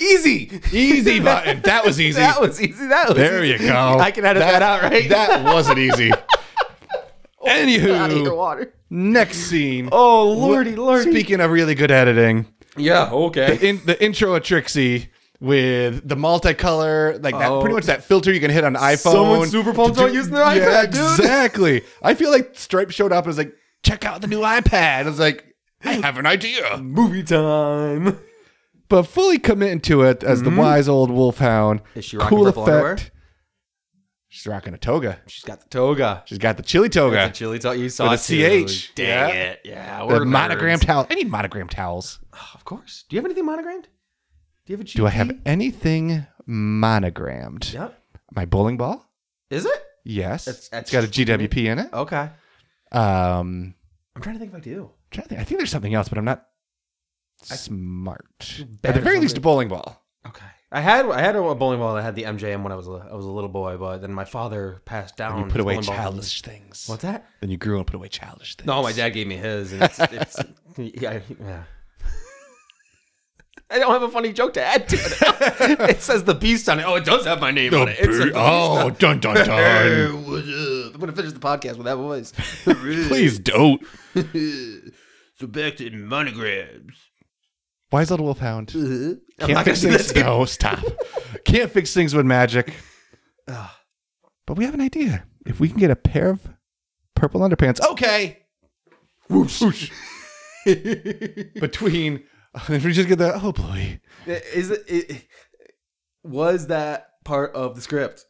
Speaker 2: Easy.
Speaker 1: easy button. That was easy.
Speaker 2: That was easy. That was
Speaker 1: there
Speaker 2: easy.
Speaker 1: you go.
Speaker 2: I can edit that, out, right?
Speaker 1: That wasn't easy.
Speaker 2: out of your
Speaker 1: Anywho,
Speaker 2: water.
Speaker 1: next scene.
Speaker 2: Oh lordy, lordy.
Speaker 1: Speaking of really good editing,
Speaker 2: Yeah, okay.
Speaker 1: in the intro of Trixie with the multicolor, like that,
Speaker 2: Oh.
Speaker 1: pretty much that filter you can hit on iPhone.
Speaker 2: Someone super pumped
Speaker 1: To do-
Speaker 2: on using their iPad, dude.
Speaker 1: Exactly. I feel like Stripe showed up and was like, check out the new iPad. I was like, I have an idea.
Speaker 2: Movie time.
Speaker 1: But fully committing to it as the wise old wolfhound.
Speaker 2: Mm-hmm. Is she rocking purple underwear?
Speaker 1: She's rocking a toga.
Speaker 2: She's got the toga.
Speaker 1: She's got the chili
Speaker 2: Got
Speaker 1: toga.
Speaker 2: the chili toga. You saw
Speaker 1: With
Speaker 2: it
Speaker 1: a
Speaker 2: too.
Speaker 1: CH.
Speaker 2: Dang
Speaker 1: Yeah.
Speaker 2: it. Yeah.
Speaker 1: The
Speaker 2: nerds.
Speaker 1: monogram towel. I need monogram towels.
Speaker 2: Of course. Do you have anything monogrammed? Do you have a GP?
Speaker 1: Do I have anything monogrammed?
Speaker 2: Yep.
Speaker 1: My bowling ball?
Speaker 2: Is it?
Speaker 1: Yes.
Speaker 2: That's- that's Oh.
Speaker 1: it's got a
Speaker 2: just-
Speaker 1: GWP in it.
Speaker 2: Okay.
Speaker 1: Um,
Speaker 2: I'm trying to think if I do.
Speaker 1: I'm trying to think. I think there's something else, but I'm not smart. At
Speaker 2: better
Speaker 1: the very least,
Speaker 2: something.
Speaker 1: a bowling ball.
Speaker 2: Okay. I had I had a bowling ball that had the MJM when I was a, I was a little boy, but then my father passed down.
Speaker 1: You put
Speaker 2: his
Speaker 1: away
Speaker 2: Mm, bowling ball.
Speaker 1: childish things.
Speaker 2: What's that?
Speaker 1: Then you grew and put away childish things.
Speaker 2: No, my dad gave me his. And it's, it's, yeah, yeah. I don't have a funny joke to add to it. it says the beast on it. Oh, it does have my name on it. It says the Beast on
Speaker 1: oh,
Speaker 2: it.
Speaker 1: dun dun
Speaker 2: Hey,
Speaker 1: dun.
Speaker 2: what's up? I'm gonna finish the podcast with that voice.
Speaker 1: Please don't.
Speaker 2: so back to monograms.
Speaker 1: Wise old wolfhound.
Speaker 2: I'm
Speaker 1: Can't
Speaker 2: not gonna
Speaker 1: fix
Speaker 2: do that.
Speaker 1: things.
Speaker 2: to you.
Speaker 1: No, stop. Can't fix things with magic.
Speaker 2: Ugh.
Speaker 1: But we have an idea. If we can get a pair of purple underpants, okay,
Speaker 2: Whoosh.
Speaker 1: between, if we just get the oh boy,
Speaker 2: Is it, it? Was that part of the script?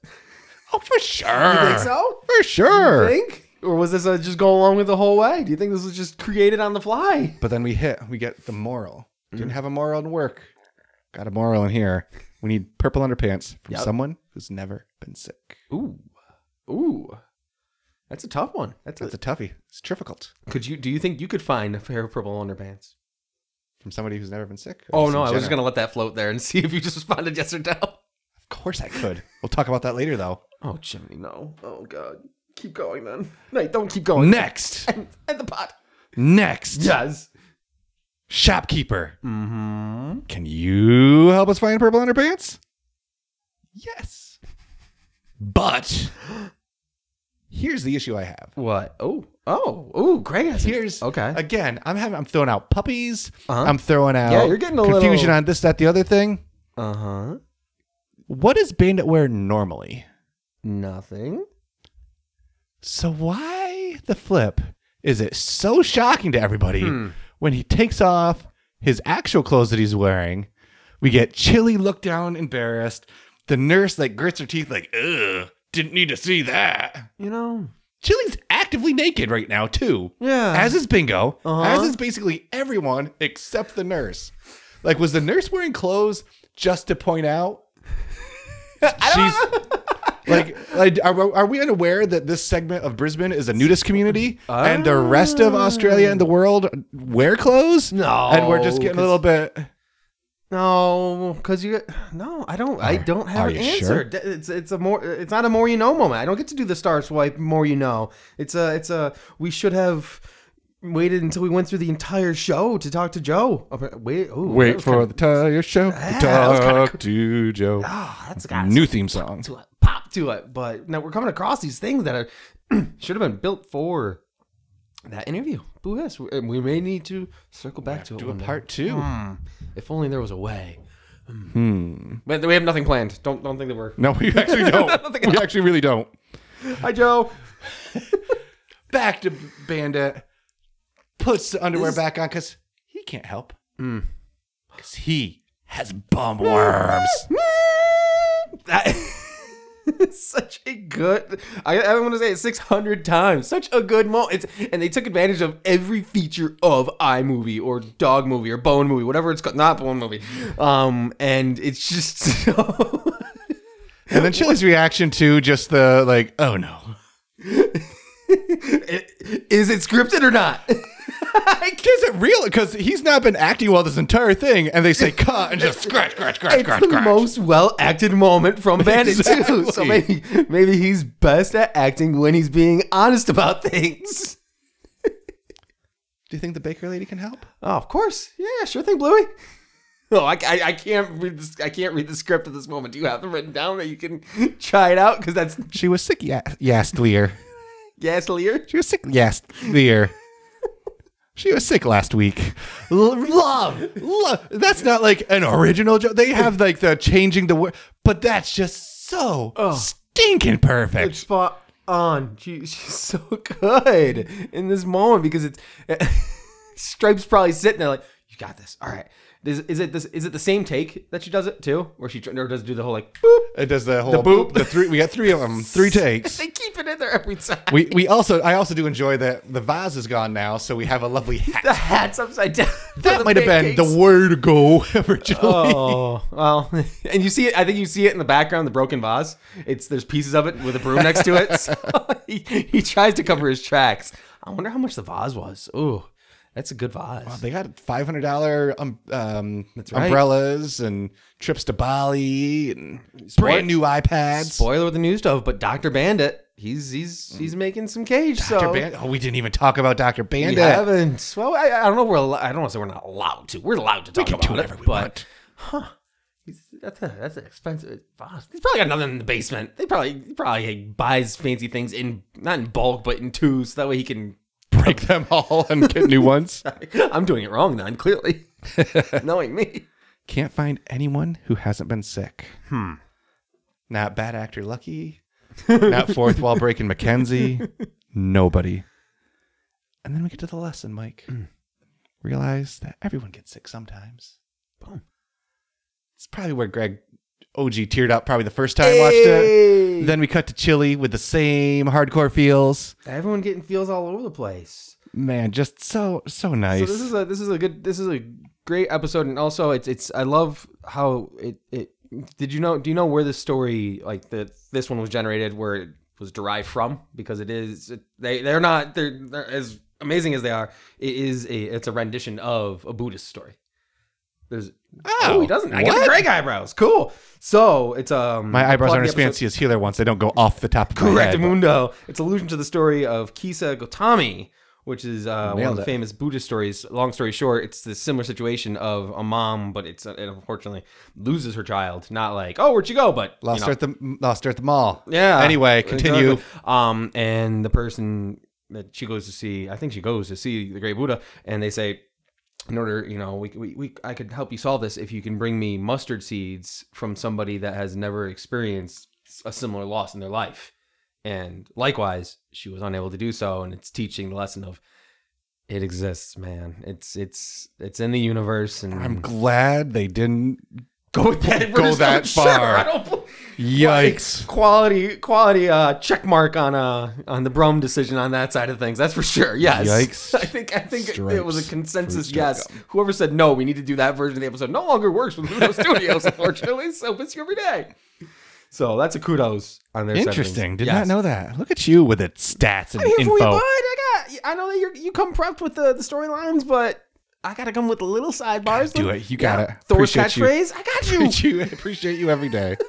Speaker 1: oh for sure,
Speaker 2: You think so?
Speaker 1: for sure.
Speaker 2: think? Or was this uh just go along with the whole way? Do you think this was just created on the fly?
Speaker 1: But then we hit, we get the moral. Didn't
Speaker 2: Mm.
Speaker 1: have a moral in work. Got a moral in here. We need purple underpants from
Speaker 2: Yep.
Speaker 1: someone who's never been sick.
Speaker 2: Ooh, ooh, that's a tough one. That's,
Speaker 1: That's
Speaker 2: a,
Speaker 1: a toughie. It's difficult
Speaker 2: could you? Do you think you could find a pair of purple underpants?
Speaker 1: from somebody who's never been sick.
Speaker 2: Oh no, I was just
Speaker 1: Jenner.
Speaker 2: gonna let that float there and see if you just responded yes or no.
Speaker 1: Of course I could. We'll talk about that later though.
Speaker 2: Oh Jiminy, no. Oh God, keep going then. No, don't keep going.
Speaker 1: Next,
Speaker 2: End, end the pot.
Speaker 1: next,
Speaker 2: Yes.
Speaker 1: shopkeeper.
Speaker 2: Mm-hmm.
Speaker 1: Can you help us find purple underpants? Yes. But here's the issue I have.
Speaker 2: What? Oh, oh, oh, Greg. has it.
Speaker 1: Here's
Speaker 2: okay.
Speaker 1: Again, I'm having I'm throwing out puppies.
Speaker 2: Uh-huh.
Speaker 1: I'm throwing out
Speaker 2: Yeah, you're getting a
Speaker 1: confusion
Speaker 2: little-
Speaker 1: on this, that, the other thing.
Speaker 2: Uh
Speaker 1: Uh-huh.
Speaker 2: huh.
Speaker 1: What does bandit wear normally?
Speaker 2: Nothing.
Speaker 1: So why the flip is it so shocking to everybody
Speaker 2: Hmm.
Speaker 1: when he takes off his actual clothes that he's wearing? We get chilly, looked down, embarrassed. The nurse like grits her teeth, like, ugh, didn't need to see that.
Speaker 2: You know.
Speaker 1: Chili's actively naked right now too.
Speaker 2: Yeah.
Speaker 1: As is Bingo.
Speaker 2: Uh-huh.
Speaker 1: As is basically everyone except the nurse. Like, was the nurse wearing clothes just to point out? She's like, like are, are we unaware that this segment of Brisbane is a nudist community, and the rest of Australia and the world wear clothes?
Speaker 2: No,
Speaker 1: and we're just getting a little bit.
Speaker 2: No, because you no, I don't. I
Speaker 1: Are-
Speaker 2: don't have
Speaker 1: are
Speaker 2: an
Speaker 1: you
Speaker 2: answer.
Speaker 1: sure?
Speaker 2: D- It's it's a more. It's not a more you know moment. I don't get to do the star swipe more you know. It's a it's a we should have waited until we went through the entire show to talk to Joe. Okay, Wait, ooh, that
Speaker 1: Wait
Speaker 2: was
Speaker 1: for
Speaker 2: kinda-
Speaker 1: the tire show
Speaker 2: Yeah,
Speaker 1: to
Speaker 2: that was kinda
Speaker 1: talk to Joe.
Speaker 2: ah, that's got
Speaker 1: New theme song.
Speaker 2: to it, pop to it. But now we're coming across these things that are should have been built for that interview. Boo yes, we- and we may need to circle back to it.
Speaker 1: Do a
Speaker 2: one day.
Speaker 1: part two.
Speaker 2: Hmm, if only there was a way.
Speaker 1: Hmm.
Speaker 2: But we have nothing planned. Don't don't think that we're.
Speaker 1: No, we actually don't. we actually really don't.
Speaker 2: Hi, Joe.
Speaker 1: back to Bandit, puts the underwear back on because he can't help. Because he has bum worms.
Speaker 2: That is such a good. I, I want to say it 600 times. Such a good moment. It's, and they took advantage of every feature of iMovie or Dog Movie or Bone Movie, whatever it's called. Not Bone Movie. Um, and it's just so.
Speaker 1: and then Chili's reaction to just the like, oh no.
Speaker 2: It- Is it scripted or not? I can't-
Speaker 1: Is it real? Because he's not been acting well this entire thing, and they say cut and just scratch, scratch, scratch,
Speaker 2: It's
Speaker 1: scratch,
Speaker 2: the
Speaker 1: scratch.
Speaker 2: most well acted moment from Bandit too. So
Speaker 1: Exactly.
Speaker 2: maybe maybe he's best at acting when he's being honest about things.
Speaker 1: Do you think the baker lady can help?
Speaker 2: Oh, of course. Yeah, sure thing, Bluey. Oh, I, I, I can't read this. I can't read the script at this moment. Do you have it written down that you can try it out? Because that's
Speaker 1: She was sick ya- yastlier.
Speaker 2: gaslier.
Speaker 1: She was sick yastlier. She was sick last week. L- love, love. That's not like an original joke. They have like the changing the word, but that's just so stinking perfect.
Speaker 2: Spot on. She, she's so good in this moment because it's Stripes probably sitting there like, you got this. All right. Is, is it this? Is it the same take that she does it too, or she tr- or does it do the whole like boop?
Speaker 1: It does the whole
Speaker 2: boop.
Speaker 1: The three. We got three of them. Three takes.
Speaker 2: They keep it in there every time.
Speaker 1: We we also I also do enjoy that the vase is gone now, so we have a lovely hat.
Speaker 2: the hat's upside down. for
Speaker 1: That
Speaker 2: the
Speaker 1: might have been
Speaker 2: pancakes.
Speaker 1: the way to go originally.
Speaker 2: Oh well, and you see it. I think you see it in the background, the broken vase. It's there's pieces of it with a broom next to it. So he, he tries to cover his tracks. I wonder how much the vase was. Ooh, That's a good vase.
Speaker 1: They got five hundred dollar um, um
Speaker 2: right.
Speaker 1: umbrellas and trips to Bali and
Speaker 2: Spoil-
Speaker 1: brand new iPads.
Speaker 2: Spoiler with the new stuff, but Doctor Bandit, he's he's he's making some cage.
Speaker 1: Dr.
Speaker 2: so
Speaker 1: Ban- oh, we didn't even talk about Doctor
Speaker 2: we
Speaker 1: Bandit.
Speaker 2: haven't. Well, I, I don't know. We're al- I don't want to say we're not allowed to. We're allowed to
Speaker 1: we
Speaker 2: talk
Speaker 1: can do
Speaker 2: about
Speaker 1: whatever
Speaker 2: it,
Speaker 1: we
Speaker 2: but
Speaker 1: want.
Speaker 2: He's- That's a, that's an expensive vase. He's probably got nothing in the basement. They probably he probably buys fancy things in not in bulk but in twos. That way he can.
Speaker 1: Break them all and get new ones.
Speaker 2: I'm doing it wrong then. Clearly, knowing me.
Speaker 1: Can't find anyone who hasn't been sick. Hmm. Not bad actor Lucky. not fourth wall breaking Mackenzie. Nobody. And then we get to the lesson, Mike. Realize that everyone gets sick sometimes.
Speaker 2: Boom.
Speaker 1: It's probably where Greg OG teared up probably the first time I watched it. Then we cut to Chili with the same hardcore feels.
Speaker 2: Everyone getting feels all over the place.
Speaker 1: Man, just so so nice.
Speaker 2: So this is a this is a good this is a great episode, and also it's it's I love how it it. Did you know? Do you know where this story like the this one was generated, where it was derived from? Because it is it, they they're not they're, they're as amazing as they are. It is a it's a rendition of a Buddhist story. There's oh, he doesn't. I get the
Speaker 1: what?
Speaker 2: Greg eyebrows. Cool. So it's um
Speaker 1: My eyebrows
Speaker 2: plot of
Speaker 1: aren't
Speaker 2: the
Speaker 1: as
Speaker 2: episode-
Speaker 1: fancy as Healer wants. They don't go off the top of my
Speaker 2: Correct,
Speaker 1: head, but-
Speaker 2: Mundo. It's allusion to the story of Kisa Gotami, which is uh, one of
Speaker 1: Nailed
Speaker 2: the
Speaker 1: it.
Speaker 2: famous Buddhist stories. Long story short, it's the similar situation of a mom, but it's it unfortunately loses her child. Not like, oh, where'd she go? But you
Speaker 1: Lost
Speaker 2: know, Ah.
Speaker 1: her at the lost her at the mall.
Speaker 2: yeah.
Speaker 1: Anyway, continue.
Speaker 2: Exactly. Um, and the person that she goes to see, I think she goes to see the Great Buddha, and they say, in order, you know, we, we, we I could help you solve this if you can bring me mustard seeds from somebody that has never experienced a similar loss in their life. And likewise, she was unable to do so, and it's teaching the lesson of it exists, man. It's it's it's in the universe, and
Speaker 1: I'm glad they didn't.
Speaker 2: go that
Speaker 1: go that
Speaker 2: sure,
Speaker 1: far.
Speaker 2: I don't bel-
Speaker 1: Yikes!
Speaker 2: quality quality uh check mark on uh on the Brom decision on that side of things. That's for sure. Yes.
Speaker 1: Yikes.
Speaker 2: I think I think it was
Speaker 1: Stripes.
Speaker 2: a consensus
Speaker 1: Fruit
Speaker 2: yes. Whoever said no, we need to do that version of the episode no longer works with Ludo Studios, unfortunately. So it's every day. So that's a kudos on their
Speaker 1: Interesting. Did not know that. Look at you with the stats and
Speaker 2: I'm here for you, bud.
Speaker 1: info.
Speaker 2: I got I know that you're, you come prepped with the, the storylines, but I gotta come with the little sidebars.
Speaker 1: do
Speaker 2: Look-
Speaker 1: it. You got it.
Speaker 2: Thor's
Speaker 1: Appreciate you.
Speaker 2: catchphrase. I got you.
Speaker 1: Appreciate you. Appreciate you every day.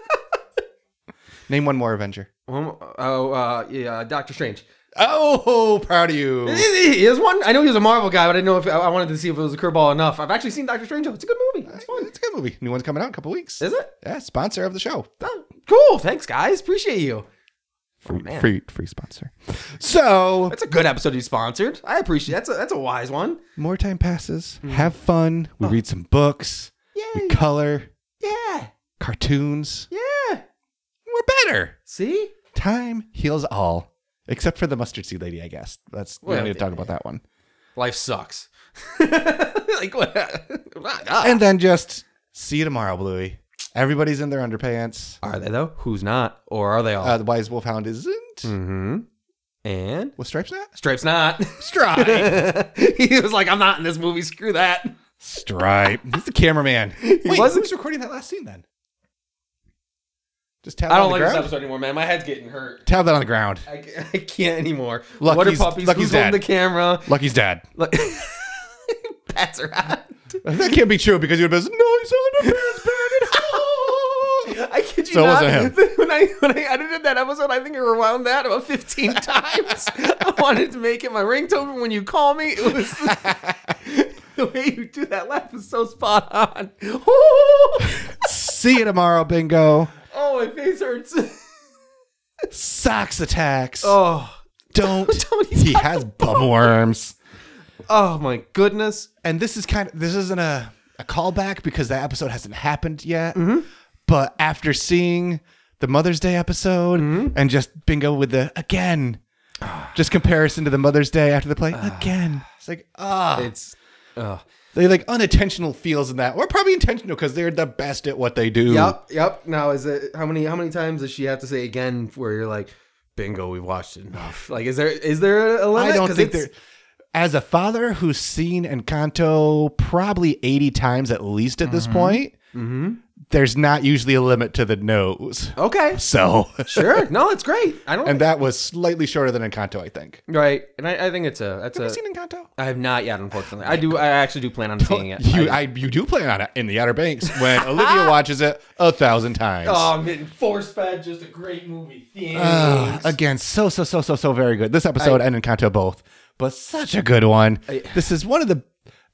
Speaker 1: Name one more Avenger.
Speaker 2: Um, oh, uh, yeah, Doctor Strange.
Speaker 1: Oh, proud of you.
Speaker 2: Is- Is is one? I know he was a Marvel guy, but I didn't know if I wanted to see if it was a curveball enough. I've actually seen Doctor Strange. It's a good movie. It's fun.
Speaker 1: It's a good movie. New one's coming out in a couple weeks.
Speaker 2: Is it?
Speaker 1: Yeah, sponsor of the show.
Speaker 2: Oh, cool. Thanks, guys. Appreciate you.
Speaker 1: Free,
Speaker 2: Oh, man.
Speaker 1: free, free sponsor. So
Speaker 2: That's a good episode you sponsored. I appreciate. That's a that's a wise one.
Speaker 1: more time passes.
Speaker 2: Mm-hmm.
Speaker 1: Have fun. We read some books.
Speaker 2: Yay.
Speaker 1: We color
Speaker 2: Yeah.
Speaker 1: cartoons.
Speaker 2: Yeah.
Speaker 1: We're better.
Speaker 2: See.
Speaker 1: Time heals all, except for the mustard seed lady. I guess that's we
Speaker 2: Well,
Speaker 1: don't need to talk about that one.
Speaker 2: Life sucks. like what?
Speaker 1: And then just see you tomorrow, Bluey. Everybody's in their underpants.
Speaker 2: are they though? Who's not? Or are they all?
Speaker 1: Uh, the wise wolfhound isn't.
Speaker 2: mm-hmm. And
Speaker 1: What stripes that?
Speaker 2: Stripe's not.
Speaker 1: Stripe.
Speaker 2: he was like, I'm not in this movie. Screw that.
Speaker 1: Stripe. He's the cameraman. Wait,
Speaker 2: wasn't-
Speaker 1: who's recording that last scene then? Just tap
Speaker 2: I
Speaker 1: that
Speaker 2: don't
Speaker 1: on
Speaker 2: like
Speaker 1: the
Speaker 2: this
Speaker 1: ground.
Speaker 2: episode anymore, man. My head's getting hurt.
Speaker 1: Tap that on the ground.
Speaker 2: I, ca- I can't anymore.
Speaker 1: Look,
Speaker 2: what are
Speaker 1: he's-
Speaker 2: puppies?
Speaker 1: look,
Speaker 2: Who's
Speaker 1: he's
Speaker 2: holding
Speaker 1: dead.
Speaker 2: the camera?
Speaker 1: Lucky's dad.
Speaker 2: Look, pats around.
Speaker 1: That can't be true because you would have been no, he's on underpants, Brandon.
Speaker 2: I kid you
Speaker 1: So it
Speaker 2: not.
Speaker 1: wasn't
Speaker 2: When I when I edited that episode, I think I rewound that about fifteen times. I wanted to make it my ringtone. but When you call me, it was the way you do that laugh is so spot on.
Speaker 1: See you tomorrow, bingo.
Speaker 2: oh, my face hurts.
Speaker 1: Socks attacks.
Speaker 2: Oh,
Speaker 1: Don't.
Speaker 2: Tony's
Speaker 1: he
Speaker 2: got
Speaker 1: has bum worms.
Speaker 2: oh my goodness.
Speaker 1: and this is kind of this isn't a, a callback because that episode hasn't happened yet
Speaker 2: Mm-hmm.
Speaker 1: but after seeing the mother's day episode
Speaker 2: Mm-hmm.
Speaker 1: and just bingo with the again just comparison to the mother's day after the play again it's like ah
Speaker 2: It's. Oh.
Speaker 1: they like unintentional feels in that or probably intentional because they're the best at what they do
Speaker 2: Yep, yep. Now is it how many how many times does she have to say again where you're like, bingo, we've watched it enough. Like, is there is there a limit?
Speaker 1: i don't
Speaker 2: 'Cause
Speaker 1: think
Speaker 2: it's-
Speaker 1: they're as a father
Speaker 2: Mm-hmm.
Speaker 1: who's seen Encanto probably 80 times at least at this point, there's not usually a limit to the nose.
Speaker 2: Okay.
Speaker 1: So,
Speaker 2: Sure. No, it's great. I don't.
Speaker 1: and that was slightly shorter than Encanto, I think.
Speaker 2: right. And I, I think it's a. That's
Speaker 1: Have
Speaker 2: a.
Speaker 1: you seen Encanto?
Speaker 2: I have not yet, unfortunately. I do. I actually do plan on seeing it.
Speaker 1: You, I, you do plan on it in the Outer Banks when Olivia watches it a thousand times.
Speaker 2: oh, I'm getting force fed. Just a great movie. Thanks.
Speaker 1: Ugh, again, so so so so so very good. This episode and Encanto both, but such a good one. this is one of the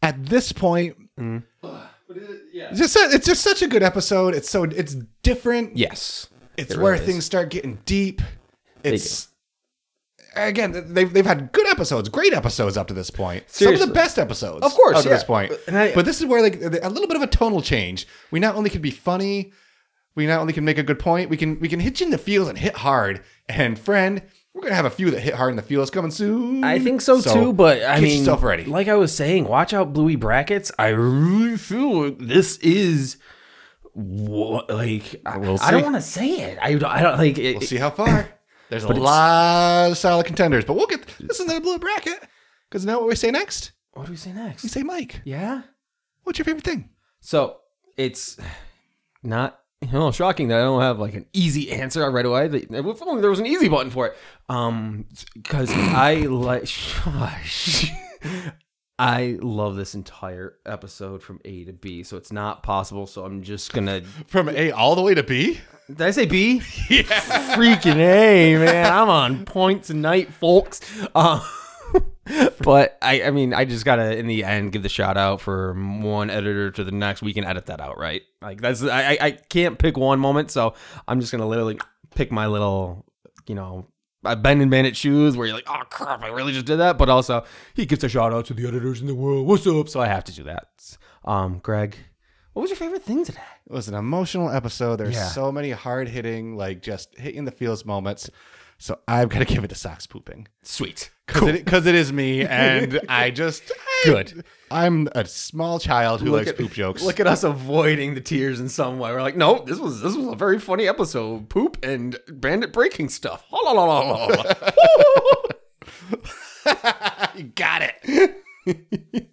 Speaker 1: at this point.
Speaker 2: Mm. But it- yeah.
Speaker 1: it's Just su- it's just such a good episode. It's so it's different.
Speaker 2: Yes.
Speaker 1: it's
Speaker 2: it
Speaker 1: where
Speaker 2: really is.
Speaker 1: things start getting deep. It's again th- they've they've had good episodes, great episodes up to this point. Some
Speaker 2: Seriously.
Speaker 1: of the best episodes,
Speaker 2: Of course,
Speaker 1: up to this
Speaker 2: yeah.
Speaker 1: point.
Speaker 2: And I-
Speaker 1: but this is where like a little bit of a tonal change. We not only can be funny, we not only can make a good point, we can we can hit you in the feels and hit hard. And friend, we're gonna have a few that hit hard in the feels coming soon.
Speaker 2: I think so, too, but I
Speaker 1: get
Speaker 2: mean,
Speaker 1: yourself ready.
Speaker 2: like I was saying, watch out, Bluey brackets. I really feel like this is wha- like I,
Speaker 1: We'll
Speaker 2: I don't
Speaker 1: see.
Speaker 2: want to say it. I, don't- I don't like it.
Speaker 1: We'll see how far. There's a lot of solid contenders, but we'll get this is another blue bracket. Because now what we say next?
Speaker 2: What do we say next?
Speaker 1: We say, Mike,
Speaker 2: yeah.
Speaker 1: what's your favorite thing?
Speaker 2: So it's not you know, shocking that I don't have like an easy answer right away. That- If only there was an easy button for it. Um, because I like shush. I love this entire episode from A to B, so it's not possible. So I'm just gonna.
Speaker 1: From A all the way to B?
Speaker 2: Did I say B? Freaking A, man! I'm on point tonight, folks. Uh, but I, I mean, I just gotta in the end give the shout out for one editor to the next. We can edit that out, right? Like that's I, I- I can't pick one moment, so I'm just gonna literally pick my little, you know. uh, Ben and Bandit shoes, where you're like, oh crap, I really just did that. But also, he gives a shout out to the editors in the world. What's up? So I have to do that. Um, Greg, what was your favorite thing today?
Speaker 1: It was an emotional episode. There's
Speaker 2: Yeah.
Speaker 1: so many hard hitting, like just hit in the feels moments. So I've got to give it to socks pooping
Speaker 2: Sweet.
Speaker 1: because it is me, and I just I-
Speaker 2: Good.
Speaker 1: I'm a small child who likes
Speaker 2: at-
Speaker 1: poop jokes.
Speaker 2: Look at us avoiding the tears in some way. We're like, no, this was this was a very funny episode. Poop and bandit breaking stuff. La, la, la, la, la, la.
Speaker 1: you got it.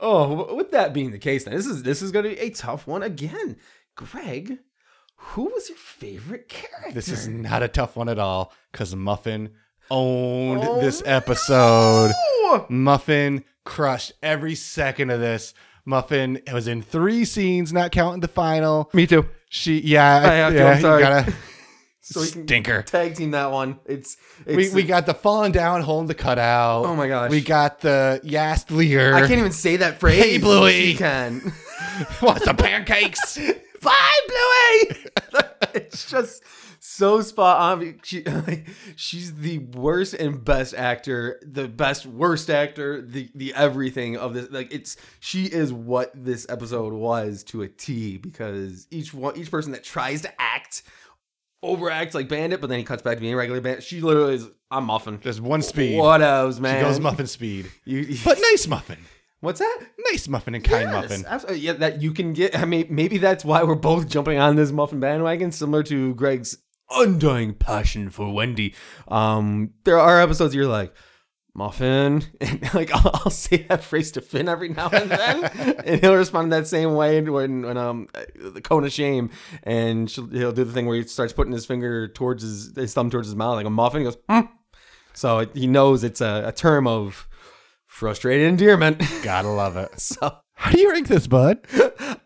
Speaker 2: oh, w- with that being the case, then this is this is going to be a tough one again. Greg, who was your favorite character?
Speaker 1: This is not a tough one at all because Muffin owned
Speaker 2: Oh,
Speaker 1: this episode.
Speaker 2: Oh!
Speaker 1: Muffin crushed every second of this. Muffin was in three scenes, not counting the final.
Speaker 2: me too.
Speaker 1: She, yeah,
Speaker 2: I have to,
Speaker 1: yeah,
Speaker 2: I'm
Speaker 1: you
Speaker 2: sorry.
Speaker 1: gotta-
Speaker 2: So we can
Speaker 1: stinker.
Speaker 2: tag team that one. It's,
Speaker 1: We,
Speaker 2: it's
Speaker 1: we got the falling down, holding the cutout.
Speaker 2: Oh my gosh.
Speaker 1: We got the Yast Lear.
Speaker 2: I can't even say that phrase.
Speaker 1: Hey, Bluey.
Speaker 2: You can.
Speaker 1: What's the pancakes?
Speaker 2: Bye, Bluey. it's just so spot on. She, she's the worst and best actor, the best worst actor, the the everything of this. Like it's she is what this episode was to a T because each one, each person that tries to act overacts like Bandit, but then he cuts back to being regular Bandit. She literally is. I'm muffin.
Speaker 1: Just one speed.
Speaker 2: What else,
Speaker 1: she
Speaker 2: man?
Speaker 1: goes muffin speed.
Speaker 2: You-
Speaker 1: But nice muffin.
Speaker 2: what's that?
Speaker 1: Nice muffin and kind
Speaker 2: Yes,
Speaker 1: muffin.
Speaker 2: abso- Yeah, that you can get. I mean, maybe that's why we're both jumping on this muffin bandwagon, similar to Greg's undying passion for Wendy. Um, there are episodes you're like, muffin, and like I'll, I'll say that phrase to Finn every now and then, and he'll respond that same way when, when um the cone of shame, and she'll, he'll do the thing where he starts putting his finger towards his, his thumb towards his mouth like a muffin. He goes, "Hmm." so it, he knows it's a, a term of frustrated endearment.
Speaker 1: Gotta love it.
Speaker 2: so.
Speaker 1: How do you rank this, bud?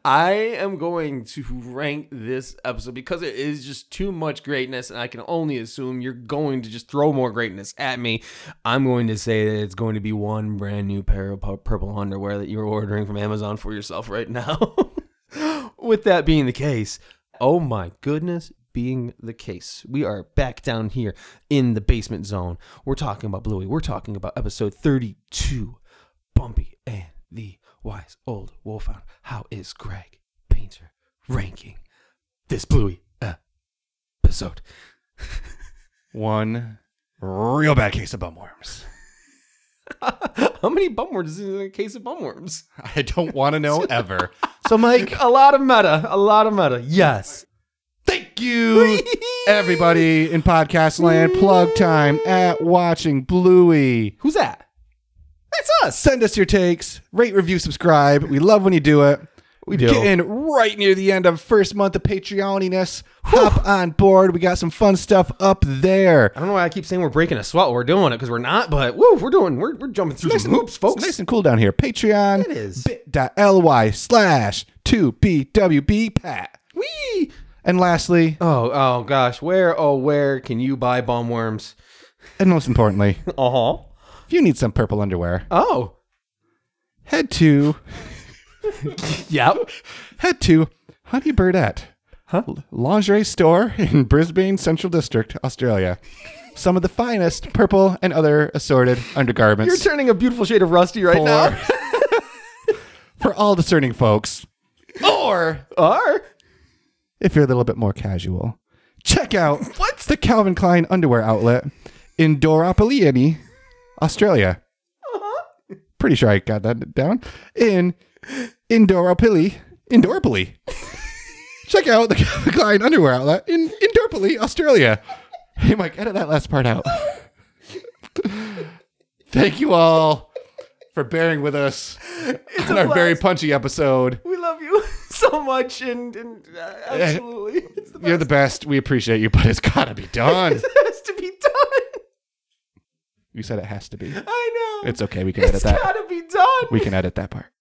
Speaker 2: I am going to rank this episode because it is just too much greatness, and I can only assume you're going to just throw more greatness at me. I'm going to say that it's going to be one brand new pair of pu- purple underwear that you're ordering from Amazon for yourself right now. With that being the case, oh my goodness, being the case, we are back down here in the basement zone. We're talking about Bluey, we're talking about episode 32. Bumpy and the Wise Old Wolfhound. How is Greg Painter ranking this Bluey episode?
Speaker 1: One real bad case of bum worms.
Speaker 2: How many bumworms is in a case of bumworms?
Speaker 1: I don't want to know ever. So, Mike,
Speaker 2: A lot of meta. A lot of meta. Yes.
Speaker 1: thank you, everybody in podcast land. Plug time at watching Bluey.
Speaker 2: Who's that? That's us.
Speaker 1: send us your takes, rate, review, subscribe. We love when you do it.
Speaker 2: We do.
Speaker 1: Getting right near the end of first month of Patreoniness. Hop on board. We got some fun stuff up there.
Speaker 2: I don't know why I keep saying we're breaking a sweat. We're doing it because we're not, but woo, we're doing. We're, we're jumping through some hoops, folks.
Speaker 1: It's nice and cool down here. Patreon.
Speaker 2: It is.
Speaker 1: Bit.ly slash 2BWB Pat.
Speaker 2: Whee!
Speaker 1: And lastly,
Speaker 2: Oh, oh gosh, where, oh where can you buy bomb worms?
Speaker 1: and most importantly,
Speaker 2: Uh huh.
Speaker 1: if you need some purple underwear,
Speaker 2: Oh,
Speaker 1: head to
Speaker 2: yep.
Speaker 1: head to Honey Birdette huh? lingerie store in Brisbane Central District, Australia. Some of the finest purple and other assorted
Speaker 2: You're
Speaker 1: undergarments
Speaker 2: turning a beautiful shade of rusty right now.
Speaker 1: for all discerning folks.
Speaker 2: Or are
Speaker 1: if you're a little bit more casual. Check out what's the Calvin Klein underwear outlet in Doropaliani, Australia. Pretty sure I got that down. In Indoropili, Indoropili. Check out the Calvin Klein underwear outlet in Indoropili, Australia. Hey, Mike, edit that last part out. Thank you all for bearing with us on our very punchy episode.
Speaker 2: we love you so much and, and uh, absolutely it's the
Speaker 1: Eh, You're the best. We appreciate you, but it's gotta be done.
Speaker 2: has to be done.
Speaker 1: You said it has to be.
Speaker 2: I know.
Speaker 1: It's okay. We can
Speaker 2: It's
Speaker 1: edit that.
Speaker 2: gotta be done.
Speaker 1: We can edit that part.